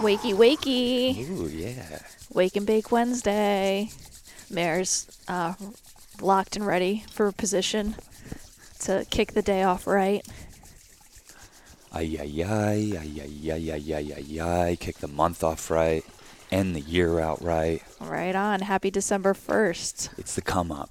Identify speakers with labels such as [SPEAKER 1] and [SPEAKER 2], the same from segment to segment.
[SPEAKER 1] Wakey, wakey.
[SPEAKER 2] Ooh, yeah.
[SPEAKER 1] Wake and Bake Wednesday. Mayor's uh, locked and ready for position to kick the day off right.
[SPEAKER 2] Ay, ay, ay, ay, ay, ay, ay, ay, ay, ay. Kick the month off right. End the year out right.
[SPEAKER 1] Right on. Happy December 1st.
[SPEAKER 2] It's the come up.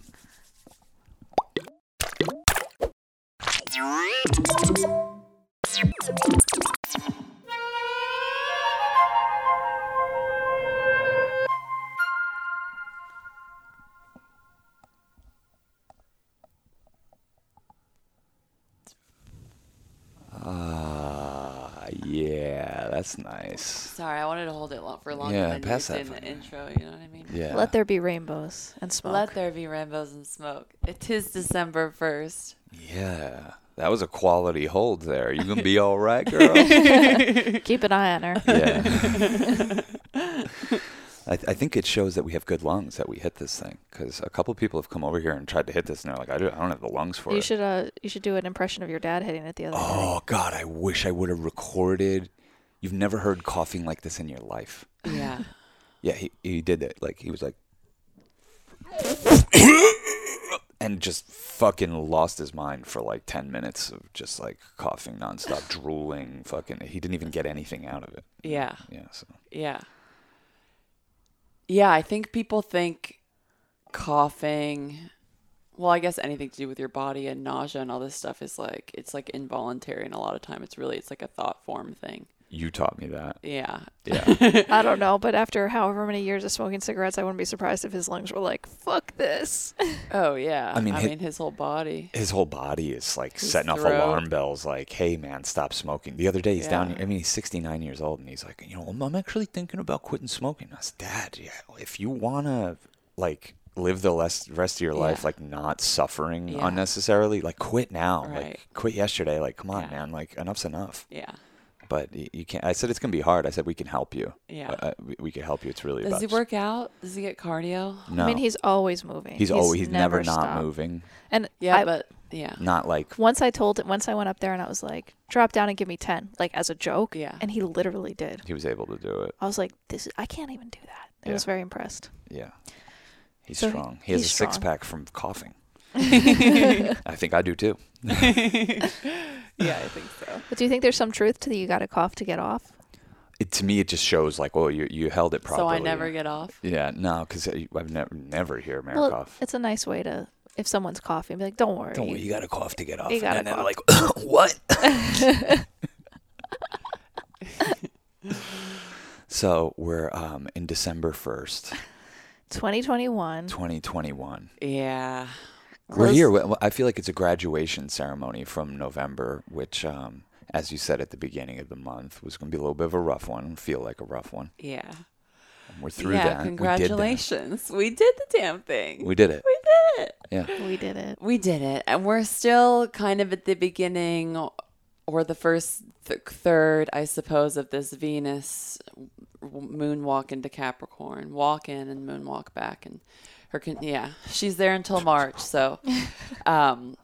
[SPEAKER 2] Ah, yeah, that's nice.
[SPEAKER 3] Sorry, I wanted to hold it lo- for longer
[SPEAKER 2] Yeah,
[SPEAKER 3] than
[SPEAKER 2] pass
[SPEAKER 3] just
[SPEAKER 2] that
[SPEAKER 3] in the
[SPEAKER 2] fucking-
[SPEAKER 3] intro. You know what I mean?
[SPEAKER 2] Yeah.
[SPEAKER 1] Let there be rainbows and smoke.
[SPEAKER 3] Let there be rainbows and smoke. It is December first.
[SPEAKER 2] yeah. That was a quality hold there. You gonna be all right, girl?
[SPEAKER 1] Keep an eye on her.
[SPEAKER 2] yeah. I, I think it shows that we have good lungs that we hit this thing because a couple people have come over here and tried to hit this and they're like, I don't, I don't have the lungs for
[SPEAKER 1] You
[SPEAKER 2] it.
[SPEAKER 1] should uh, you should do an impression of your dad hitting it the other day.
[SPEAKER 2] Oh God, I wish I would have recorded. You've never heard coughing like this in your life.
[SPEAKER 3] Yeah.
[SPEAKER 2] Yeah, he, he did it. Like he was like, and just fucking lost his mind for like ten minutes of just like coughing nonstop, drooling, fucking. He didn't even get anything out of it.
[SPEAKER 3] Yeah.
[SPEAKER 2] Yeah. So
[SPEAKER 3] Yeah. Yeah, I think people think coughing, well, I guess anything to do with your body and nausea and all this stuff is like it's like involuntary and a lot of time it's really it's like a thought form thing.
[SPEAKER 2] you taught me that.
[SPEAKER 3] Yeah.
[SPEAKER 2] Yeah.
[SPEAKER 1] I don't know, but after however many years of smoking cigarettes, I wouldn't be surprised if his lungs were like, "Fuck this."
[SPEAKER 3] Oh yeah. I
[SPEAKER 2] mean,
[SPEAKER 3] mean, I
[SPEAKER 2] hit-
[SPEAKER 3] mean his whole body.
[SPEAKER 2] His whole body is like
[SPEAKER 3] His
[SPEAKER 2] setting off
[SPEAKER 3] throat.
[SPEAKER 2] alarm bells, like, "Hey, man, stop smoking." The other day, he's down
[SPEAKER 3] Yeah.
[SPEAKER 2] here. I mean, he's 69 years old, and he's like, "You know, I'm, I'm actually thinking about quitting smoking." I said, "Dad, yeah, if you wanna like live the less, rest of your life
[SPEAKER 3] Yeah.
[SPEAKER 2] like not suffering
[SPEAKER 3] Yeah.
[SPEAKER 2] unnecessarily, like quit now,
[SPEAKER 3] Right.
[SPEAKER 2] like quit yesterday, like come on,
[SPEAKER 3] Yeah.
[SPEAKER 2] man, like enough's enough."
[SPEAKER 3] Yeah.
[SPEAKER 2] But y- you can't. I said it's gonna be hard. I said we can help you.
[SPEAKER 3] Yeah.
[SPEAKER 2] Uh, uh, we, we can help you. It's really
[SPEAKER 3] Does
[SPEAKER 2] about
[SPEAKER 3] he
[SPEAKER 2] just-
[SPEAKER 3] work out? Does he get cardio?
[SPEAKER 2] No,
[SPEAKER 1] I mean, he's always moving.
[SPEAKER 2] he's, always he's never, not
[SPEAKER 1] stopped.
[SPEAKER 2] moving.
[SPEAKER 1] And
[SPEAKER 3] Yeah,
[SPEAKER 1] I-
[SPEAKER 3] but yeah.
[SPEAKER 2] Not like
[SPEAKER 1] once I told him, once I went up there and I was like, "Drop down and give me 10, like as a joke.
[SPEAKER 3] Yeah.
[SPEAKER 1] And he literally did.
[SPEAKER 2] he was able to do it.
[SPEAKER 1] I was like, "This, I can't even do that." I
[SPEAKER 2] Yeah.
[SPEAKER 1] was very impressed.
[SPEAKER 2] Yeah. He's
[SPEAKER 1] So he-
[SPEAKER 2] strong. He has
[SPEAKER 1] he's
[SPEAKER 2] a six
[SPEAKER 1] strong.
[SPEAKER 2] pack from coughing. I think I do too.
[SPEAKER 3] Yeah, I think so.
[SPEAKER 1] But do you think there's some truth to the you got to cough to get off?
[SPEAKER 2] It, to me, it just shows like, well, you you held it properly.
[SPEAKER 3] So I never get off.
[SPEAKER 2] Yeah, no, because I've never never hear Mayor cough.
[SPEAKER 1] it's a nice way to if someone's coughing, be like, "Don't worry."
[SPEAKER 2] Don't worry, you gotta cough to get off.
[SPEAKER 1] You gotta
[SPEAKER 2] and then
[SPEAKER 1] cough.
[SPEAKER 2] they're like, what? so we're um, in December first,
[SPEAKER 1] 2021.
[SPEAKER 2] twenty twenty one.
[SPEAKER 3] Yeah.
[SPEAKER 2] We're
[SPEAKER 1] Close-
[SPEAKER 2] here. Well, I feel like it's a graduation ceremony from November, which, um, as you said at the beginning of the month, was going to be a little bit of a rough one. Feel like a rough one.
[SPEAKER 3] Yeah.
[SPEAKER 2] And we're through
[SPEAKER 3] yeah,
[SPEAKER 2] that. We did that.
[SPEAKER 3] congratulations. We did the damn thing.
[SPEAKER 2] We did it.
[SPEAKER 3] we did it.
[SPEAKER 2] Yeah.
[SPEAKER 1] We did it.
[SPEAKER 3] We did it. And we're still kind of at the beginning or the first th- third, I suppose, of this Venus w- moonwalk into Capricorn. Walk in and moonwalk back. And her, con- yeah, she's there until March. So, um,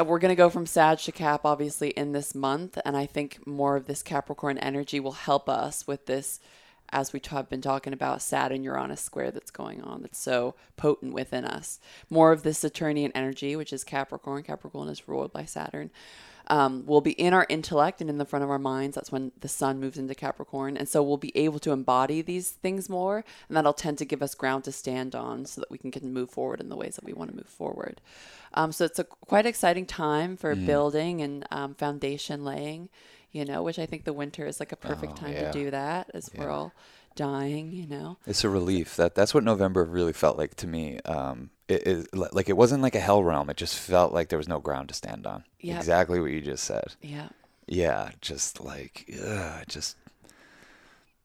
[SPEAKER 3] uh, we're going to go from Sag to Cap, obviously, in this month. And I think more of this Capricorn energy will help us with this, as we t- have been talking about, Saturn Uranus square that's going on that's so potent within us. More of this Saturnian energy, which is Capricorn. Capricorn is ruled by Saturn. Um, will be in our intellect and in the front of our minds. That's when the sun moves into Capricorn. And so we'll be able to embody these things more. And that'll tend to give us ground to stand on so that we can, can move forward in the ways that we want to move forward. Um, so it's a quite exciting time for
[SPEAKER 2] Mm.
[SPEAKER 3] building and um, foundation laying, you know, which I think the winter is like a perfect time
[SPEAKER 2] Oh, yeah.
[SPEAKER 3] to do that as we're all dying, you know.
[SPEAKER 2] It's a relief. That that's what November really felt like to me. Um, it, it li- like it wasn't like a hell realm. It just felt like there was no ground to stand on.
[SPEAKER 3] Yep.
[SPEAKER 2] Exactly what you just said.
[SPEAKER 3] Yeah.
[SPEAKER 2] Yeah, just like ugh, just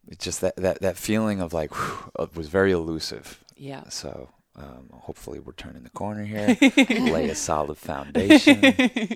[SPEAKER 2] it's just that, that that feeling of like whew, it was very elusive.
[SPEAKER 3] Yeah.
[SPEAKER 2] So um, hopefully we're turning the corner here, lay a solid foundation.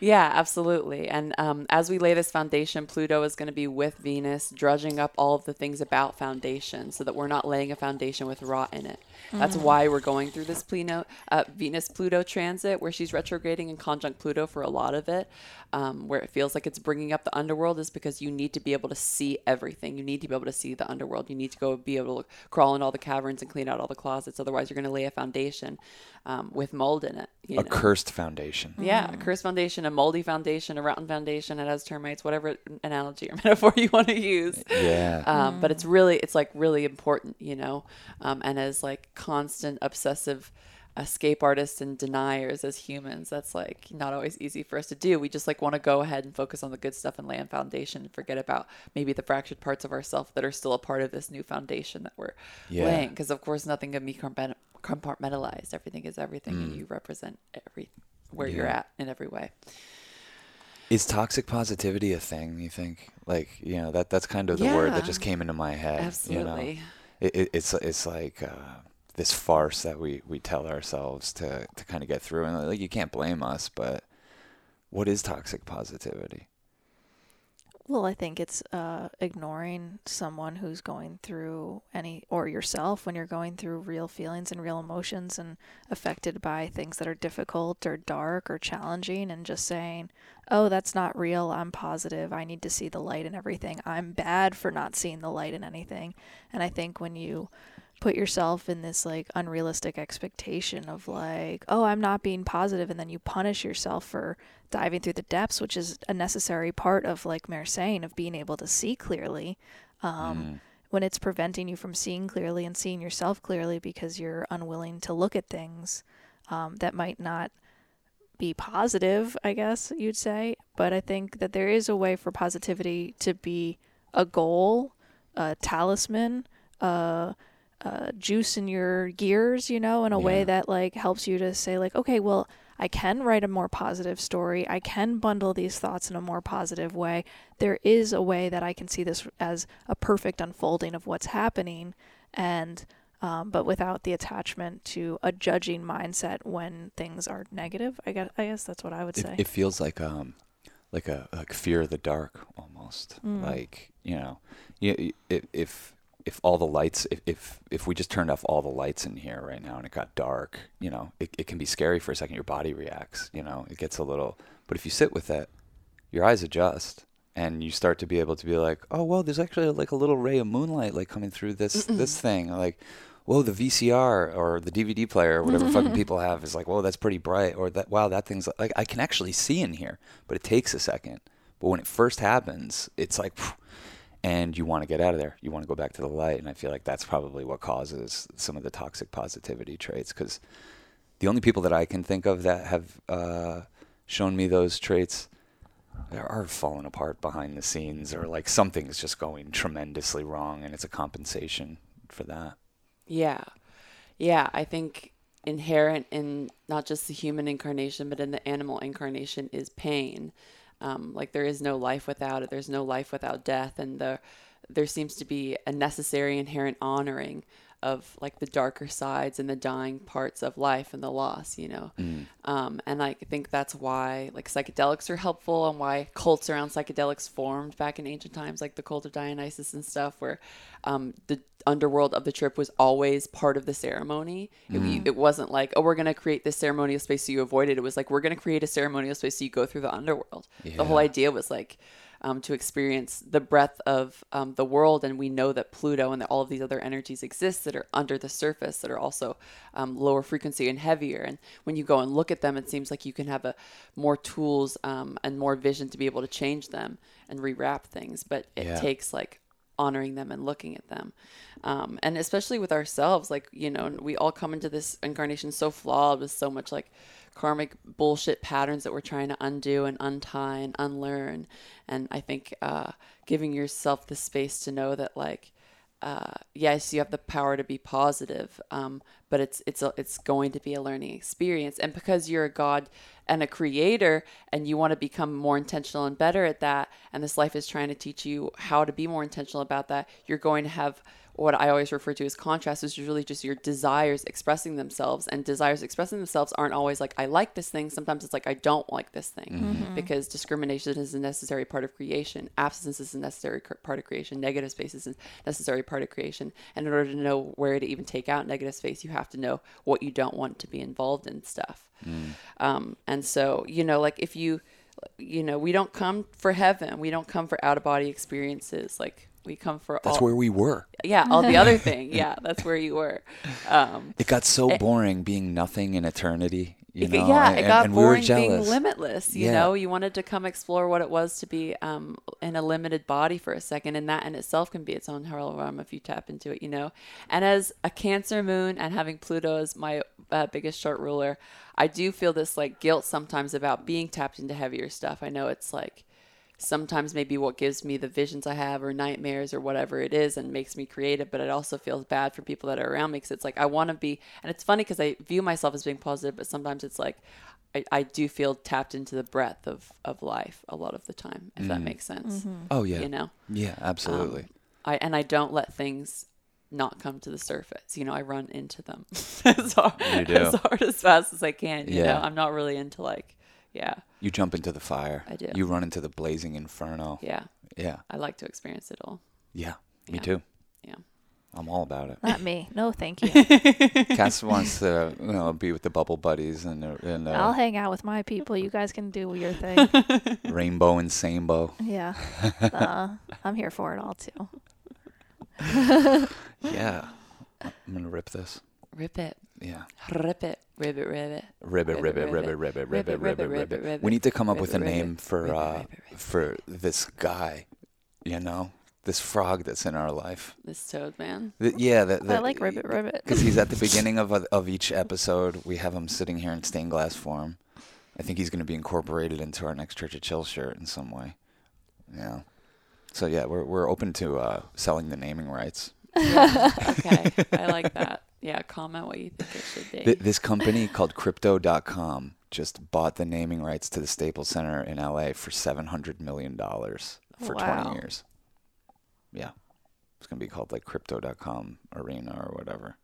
[SPEAKER 3] Yeah, absolutely. And um, as we lay this foundation, Pluto is going to be with Venus, drudging up all of the things about foundation so that we're not laying a foundation with rot in it. That's why we're going through this Pluto, uh, Venus Pluto transit, where she's retrograding and conjunct Pluto for a lot of it. Um, where it feels like it's bringing up the underworld is because you need to be able to see everything. You need to be able to see the underworld. You need to go be able to crawl in all the caverns and clean out all the closets. Otherwise, you're going to lay a foundation um, with mold in it. You
[SPEAKER 2] A
[SPEAKER 3] know?
[SPEAKER 2] cursed foundation.
[SPEAKER 3] Yeah, a cursed foundation, a moldy foundation, a rotten foundation. It has termites, whatever analogy or metaphor you want to use.
[SPEAKER 2] Yeah.
[SPEAKER 3] Um, But it's really, it's like really important, you know. Um, and as like constant obsessive escape artists and deniers as humans, that's like not always easy for us to do. We just like want to go ahead and focus on the good stuff and lay on foundation and forget about maybe the fractured parts of ourselves that are still a part of this new foundation that we're
[SPEAKER 2] Yeah.
[SPEAKER 3] laying. Because of course, nothing can be compartment- compartmentalized. Everything is everything, and you represent every where you're
[SPEAKER 2] Mm. Yeah.
[SPEAKER 3] at in every way.
[SPEAKER 2] Is toxic positivity a thing? You think? Like, you know, that that's kind of the word that
[SPEAKER 3] Yeah.
[SPEAKER 2] just came into my head. You
[SPEAKER 3] Absolutely.
[SPEAKER 2] know? it, it, it's it's like uh, this farce that we we tell ourselves to to kind of get through, and like you can't blame us, but what is toxic positivity?
[SPEAKER 1] Well, I think it's uh, ignoring someone who's going through any, or yourself when you're going through real feelings and real emotions and affected by things that are difficult or dark or challenging, and just saying, oh, that's not real. I'm positive. I need to see the light in everything. I'm bad for not seeing the light in anything. And I think when you put yourself in this like unrealistic expectation of like, oh, I'm not being positive, and then you punish yourself for diving through the depths, which is a necessary part of like Mare saying of being able to see clearly. Um, When it's preventing you from seeing clearly and seeing yourself clearly because you're unwilling to look at things um, that might not be positive, I guess you'd say. But I think that there is a way for positivity to be a goal, a talisman, a, a juice in your gears, you know, in a
[SPEAKER 2] Yeah.
[SPEAKER 1] way that like helps you to say like, okay, well, I can write a more positive story. I can bundle these thoughts in a more positive way. There is a way that I can see this as a perfect unfolding of what's happening, and um, but without the attachment to a judging mindset when things are negative. I guess, I guess that's what I would
[SPEAKER 2] It,
[SPEAKER 1] say.
[SPEAKER 2] it feels like um like a like fear of the dark almost.
[SPEAKER 1] Mm.
[SPEAKER 2] Like you know, you, you- if if if all the lights if, if if we just turned off all the lights in here right now and it got dark, you know, it, it can be scary for a second. Your body reacts. You know, it gets a little. But if you sit with it, your eyes adjust and you start to be able to be like, oh well, there's actually like a little ray of moonlight like coming through this this thing like. Whoa, the VCR or the DVD player or whatever fucking people have is like, whoa, that's pretty bright, or that wow, that thing's like I can actually see in here, but it takes a second. But when it first happens, it's like, phew, and you want to get out of there. You want to go back to the light, and I feel like that's probably what causes some of the toxic positivity traits because the only people that I can think of that have uh, shown me those traits there are falling apart behind the scenes or like something's just going tremendously wrong and it's a compensation for that.
[SPEAKER 3] Yeah. Yeah. I think inherent in not just the human incarnation, but in the animal incarnation is pain. Um, like there is no life without it. There's no life without death. And the, there seems to be a necessary inherent honoring of like the darker sides and the dying parts of life and the loss, you know? Um, and I think that's why like psychedelics are helpful and why cults around psychedelics formed back in ancient times, like the cult of Dionysus and stuff, where um, the underworld of the trip was always part of the ceremony. It,
[SPEAKER 2] Mm.
[SPEAKER 3] it wasn't like, oh, we're going to create this ceremonial space so you avoid it. It was like, we're going to create a ceremonial space so you go through the underworld. The whole
[SPEAKER 2] Yeah.
[SPEAKER 3] idea was like, um, to experience the breadth of um, the world, and we know that Pluto and that all of these other energies exist that are under the surface, that are also um, lower frequency and heavier. And when you go and look at them, it seems like you can have a more tools um, and more vision to be able to change them and rewrap things. But it
[SPEAKER 2] Yeah.
[SPEAKER 3] takes like honoring them and looking at them. Um, and especially with ourselves, like, you know, we all come into this incarnation so flawed with so much like karmic bullshit patterns that we're trying to undo and untie and unlearn. And I think uh, giving yourself the space to know that, like, uh, yes, you have the power to be positive, um, but it's it's a, it's going to be a learning experience and because you're a god and a creator and you want to become more intentional and better at that and this life is trying to teach you how to be more intentional about that you're going to have what I always refer to as contrast is really just your desires expressing themselves and desires expressing themselves aren't always like I like this thing sometimes it's like I don't like this thing
[SPEAKER 2] Mm-hmm.
[SPEAKER 3] because discrimination is a necessary part of creation absence is a necessary cr- part of creation negative space is a necessary part of creation and in order to know where to even take out negative space you have to know what you don't want to be involved in stuff
[SPEAKER 2] Mm.
[SPEAKER 3] um, and so, you know, like if you, you know, we don't come for heaven, we don't come for out of body experiences. Like we come for
[SPEAKER 2] That's
[SPEAKER 3] all,
[SPEAKER 2] where we were.
[SPEAKER 3] yeah, all the other thing. Yeah, that's where you were. Um,
[SPEAKER 2] It got so boring being nothing in eternity. You
[SPEAKER 3] it-
[SPEAKER 2] know,
[SPEAKER 3] yeah, it
[SPEAKER 2] and-
[SPEAKER 3] got
[SPEAKER 2] and we were
[SPEAKER 3] boring being
[SPEAKER 2] jealous.
[SPEAKER 3] limitless. You
[SPEAKER 2] Yeah.
[SPEAKER 3] know, you wanted to come explore what it was to be um, in a limited body for a second, and that in itself can be its own hell realm if you tap into it. You know, and as a Cancer moon and having Pluto as my uh, biggest chart ruler, I do feel this like guilt sometimes about being tapped into heavier stuff. I know it's like sometimes maybe what gives me the visions I have or nightmares or whatever it is and makes me creative, but it also feels bad for people that are around me because it's like I want to be, and it's funny because I view myself as being positive, but sometimes it's like I, I do feel tapped into the breadth of, of life a lot of the time, if that makes sense,
[SPEAKER 2] Oh yeah,
[SPEAKER 3] you know?
[SPEAKER 2] yeah, absolutely.
[SPEAKER 3] I and I don't let things not come to the surface. You know, I run into them as, hard,
[SPEAKER 2] You do.
[SPEAKER 3] as hard as fast as I can. You
[SPEAKER 2] Yeah.
[SPEAKER 3] know, I'm not really into like, yeah,
[SPEAKER 2] you jump into the fire.
[SPEAKER 3] I do.
[SPEAKER 2] You run into the blazing inferno.
[SPEAKER 3] yeah.
[SPEAKER 2] Yeah,
[SPEAKER 3] I like to experience it all.
[SPEAKER 2] yeah. Me
[SPEAKER 3] Yeah.
[SPEAKER 2] too.
[SPEAKER 3] Yeah.
[SPEAKER 2] I'm all about it.
[SPEAKER 1] Not me. No, thank you.
[SPEAKER 2] Cass wants to you know, be with the bubble buddies and the- and uh, the
[SPEAKER 1] I'll hang out with my people. You guys can do your thing.
[SPEAKER 2] rainbow and samebo.
[SPEAKER 1] Yeah. Uh, I'm here for it all too.
[SPEAKER 2] Yeah, I'm gonna rip this.
[SPEAKER 3] Rip it.
[SPEAKER 2] Yeah,
[SPEAKER 3] Rip it, rip it, rip it.
[SPEAKER 2] ribbit, ribbit, ribbit, ribbit, ribbit, ribbit, ribbit. We need to come up with a
[SPEAKER 3] ribbit,
[SPEAKER 2] name for
[SPEAKER 3] ribbit,
[SPEAKER 2] uh,
[SPEAKER 3] ribbit, ribbit.
[SPEAKER 2] for this guy. You know, this frog that's in our life.
[SPEAKER 3] This toad man.
[SPEAKER 2] Th- yeah, that
[SPEAKER 1] I like ribbit ribbit.
[SPEAKER 2] because he's at the beginning of of each episode. We have him sitting here in stained glass form. I think he's going to be incorporated into our next Church of Chill shirt in some way. Yeah. So yeah, we're we're open to uh, selling the naming rights.
[SPEAKER 3] Yeah. okay, I like that. Yeah, comment what you think it should be.
[SPEAKER 2] Th- this company called Crypto.com just bought the naming rights to the Staples Center in LA for seven hundred million dollars for
[SPEAKER 1] Wow.
[SPEAKER 2] twenty years. Yeah, it's going to be called like Crypto.com Arena or whatever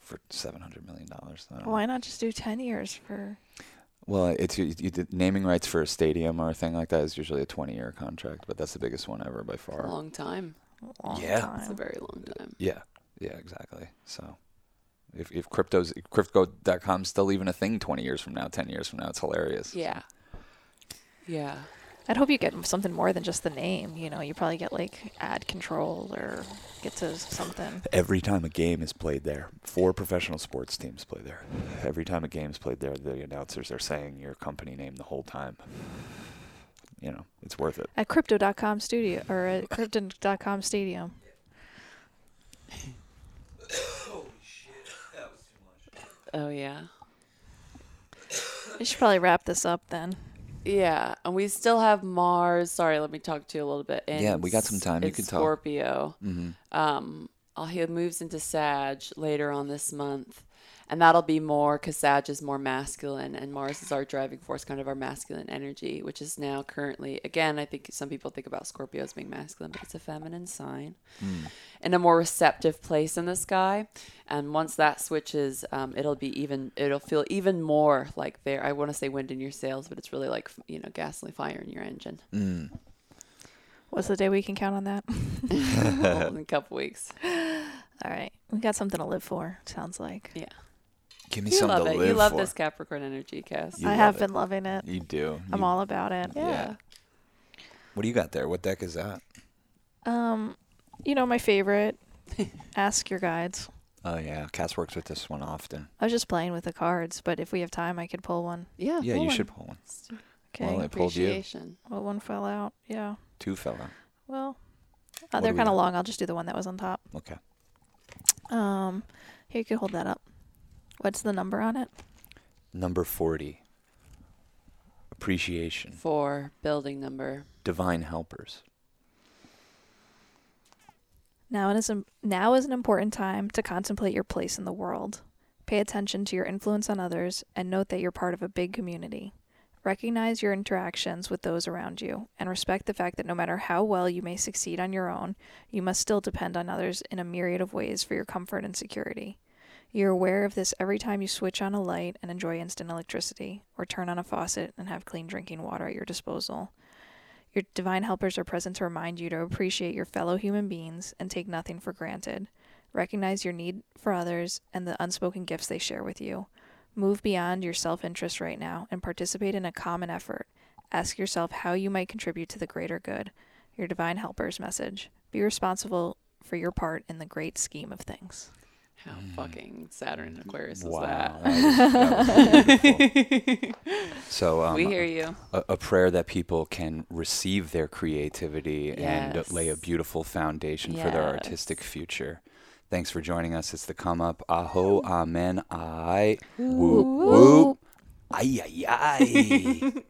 [SPEAKER 2] for seven hundred million dollars.
[SPEAKER 1] Why not just do 10 years for.
[SPEAKER 2] Well, it's you, you, the naming rights for a stadium or a thing like that is usually a twenty-year contract, but that's the biggest one ever by
[SPEAKER 3] It's a
[SPEAKER 2] far.
[SPEAKER 3] long time.
[SPEAKER 1] a long
[SPEAKER 2] Yeah.
[SPEAKER 1] time?
[SPEAKER 3] It's a very long time.
[SPEAKER 2] Yeah, yeah, exactly. So, if if crypto's if crypto.com's still even a thing twenty years from now, ten years from now, it's hilarious.
[SPEAKER 3] Yeah. Yeah.
[SPEAKER 1] I'd hope you get something more than just the name. You know, you probably get like ad control or get to something.
[SPEAKER 2] Every time a game is played there, four professional sports teams play there. Every time a game's played there, the announcers are saying your company name the whole time. You know, it's worth it.
[SPEAKER 1] At crypto.com studio or at crypto.com stadium.
[SPEAKER 3] Oh yeah.
[SPEAKER 1] We should probably wrap this up then.
[SPEAKER 3] Yeah, and we still have Mars. Sorry, let me talk to you a little bit. in
[SPEAKER 2] Yeah, we got some time. You
[SPEAKER 3] in
[SPEAKER 2] can talk. Mm-hmm.
[SPEAKER 3] Scorpio. Um, oh, he moves into Sag later on this month, and that'll be more because Sag is more masculine, and Mars is our driving force, kind of our masculine energy, which is now currently again. I think some people think about Scorpio as being masculine, but it's a feminine sign in a more receptive place in the sky. And once that switches, um, it'll be even, it'll feel even more like there. I want to say wind in your sails, but it's really like, you know, gasoline fire in your engine
[SPEAKER 1] What's the day we can count on that?
[SPEAKER 3] Well, in a couple weeks.
[SPEAKER 1] All right. We got something to live for, sounds like.
[SPEAKER 3] Yeah.
[SPEAKER 2] Give me
[SPEAKER 3] You
[SPEAKER 2] something
[SPEAKER 3] love
[SPEAKER 2] to
[SPEAKER 3] it.
[SPEAKER 2] live
[SPEAKER 3] You love
[SPEAKER 2] for.
[SPEAKER 3] this Capricorn energy, Cass.
[SPEAKER 2] You
[SPEAKER 1] I
[SPEAKER 2] love
[SPEAKER 1] have
[SPEAKER 2] it.
[SPEAKER 1] been loving it.
[SPEAKER 2] You do.
[SPEAKER 1] I'm
[SPEAKER 2] You-
[SPEAKER 1] all about it.
[SPEAKER 2] yeah. What do you got there? What deck is that?
[SPEAKER 1] Um, you know my favorite. Ask your guides.
[SPEAKER 2] Oh yeah, Cass works with this one often.
[SPEAKER 1] I was just playing with the cards, but if we have time, I could pull one.
[SPEAKER 3] Yeah.
[SPEAKER 2] Yeah,
[SPEAKER 3] full
[SPEAKER 2] you
[SPEAKER 3] on.
[SPEAKER 2] should pull one.
[SPEAKER 1] Okay.
[SPEAKER 2] Well, I pulled you.
[SPEAKER 3] Appreciation.
[SPEAKER 1] Well, one fell out. Yeah.
[SPEAKER 2] Two fella.
[SPEAKER 1] Well,
[SPEAKER 2] What
[SPEAKER 1] uh,
[SPEAKER 2] do
[SPEAKER 1] they're
[SPEAKER 2] we
[SPEAKER 1] kind of
[SPEAKER 2] got?
[SPEAKER 1] long. I'll just do the one that was on top.
[SPEAKER 2] Okay.
[SPEAKER 1] Um, here you can hold that up. What's the number on it?
[SPEAKER 2] Number forty. Appreciation.
[SPEAKER 3] For building number.
[SPEAKER 2] Divine helpers.
[SPEAKER 1] Now it is im- now is an important time to contemplate your place in the world. Pay attention to your influence on others and note that you're part of a big community. Recognize your interactions with those around you and respect the fact that no matter how well you may succeed on your own, you must still depend on others in a myriad of ways for your comfort and security. You're aware of this every time you switch on a light and enjoy instant electricity, or turn on a faucet and have clean drinking water at your disposal. Your divine helpers are present to remind you to appreciate your fellow human beings and take nothing for granted. Recognize your need for others and the unspoken gifts they share with you. Move beyond your self interest right now and participate in a common effort. Ask yourself how you might contribute to the greater good. Your divine helper's message. Be responsible for your part in the great scheme of things.
[SPEAKER 3] How fucking Saturn and Aquarius
[SPEAKER 2] Mm. wow.
[SPEAKER 3] is
[SPEAKER 2] was- that was beautiful.
[SPEAKER 3] that?
[SPEAKER 2] so um,
[SPEAKER 3] we hear you.
[SPEAKER 2] a, a prayer that people can receive their creativity
[SPEAKER 3] Yes.
[SPEAKER 2] and lay a beautiful foundation for their artistic
[SPEAKER 3] Yes.
[SPEAKER 2] future. Thanks for joining us. It's the come up. Aho, amen, I.
[SPEAKER 1] Whoop,
[SPEAKER 2] Whoop,
[SPEAKER 1] whoop.
[SPEAKER 2] whoop. Ay, ay, ay.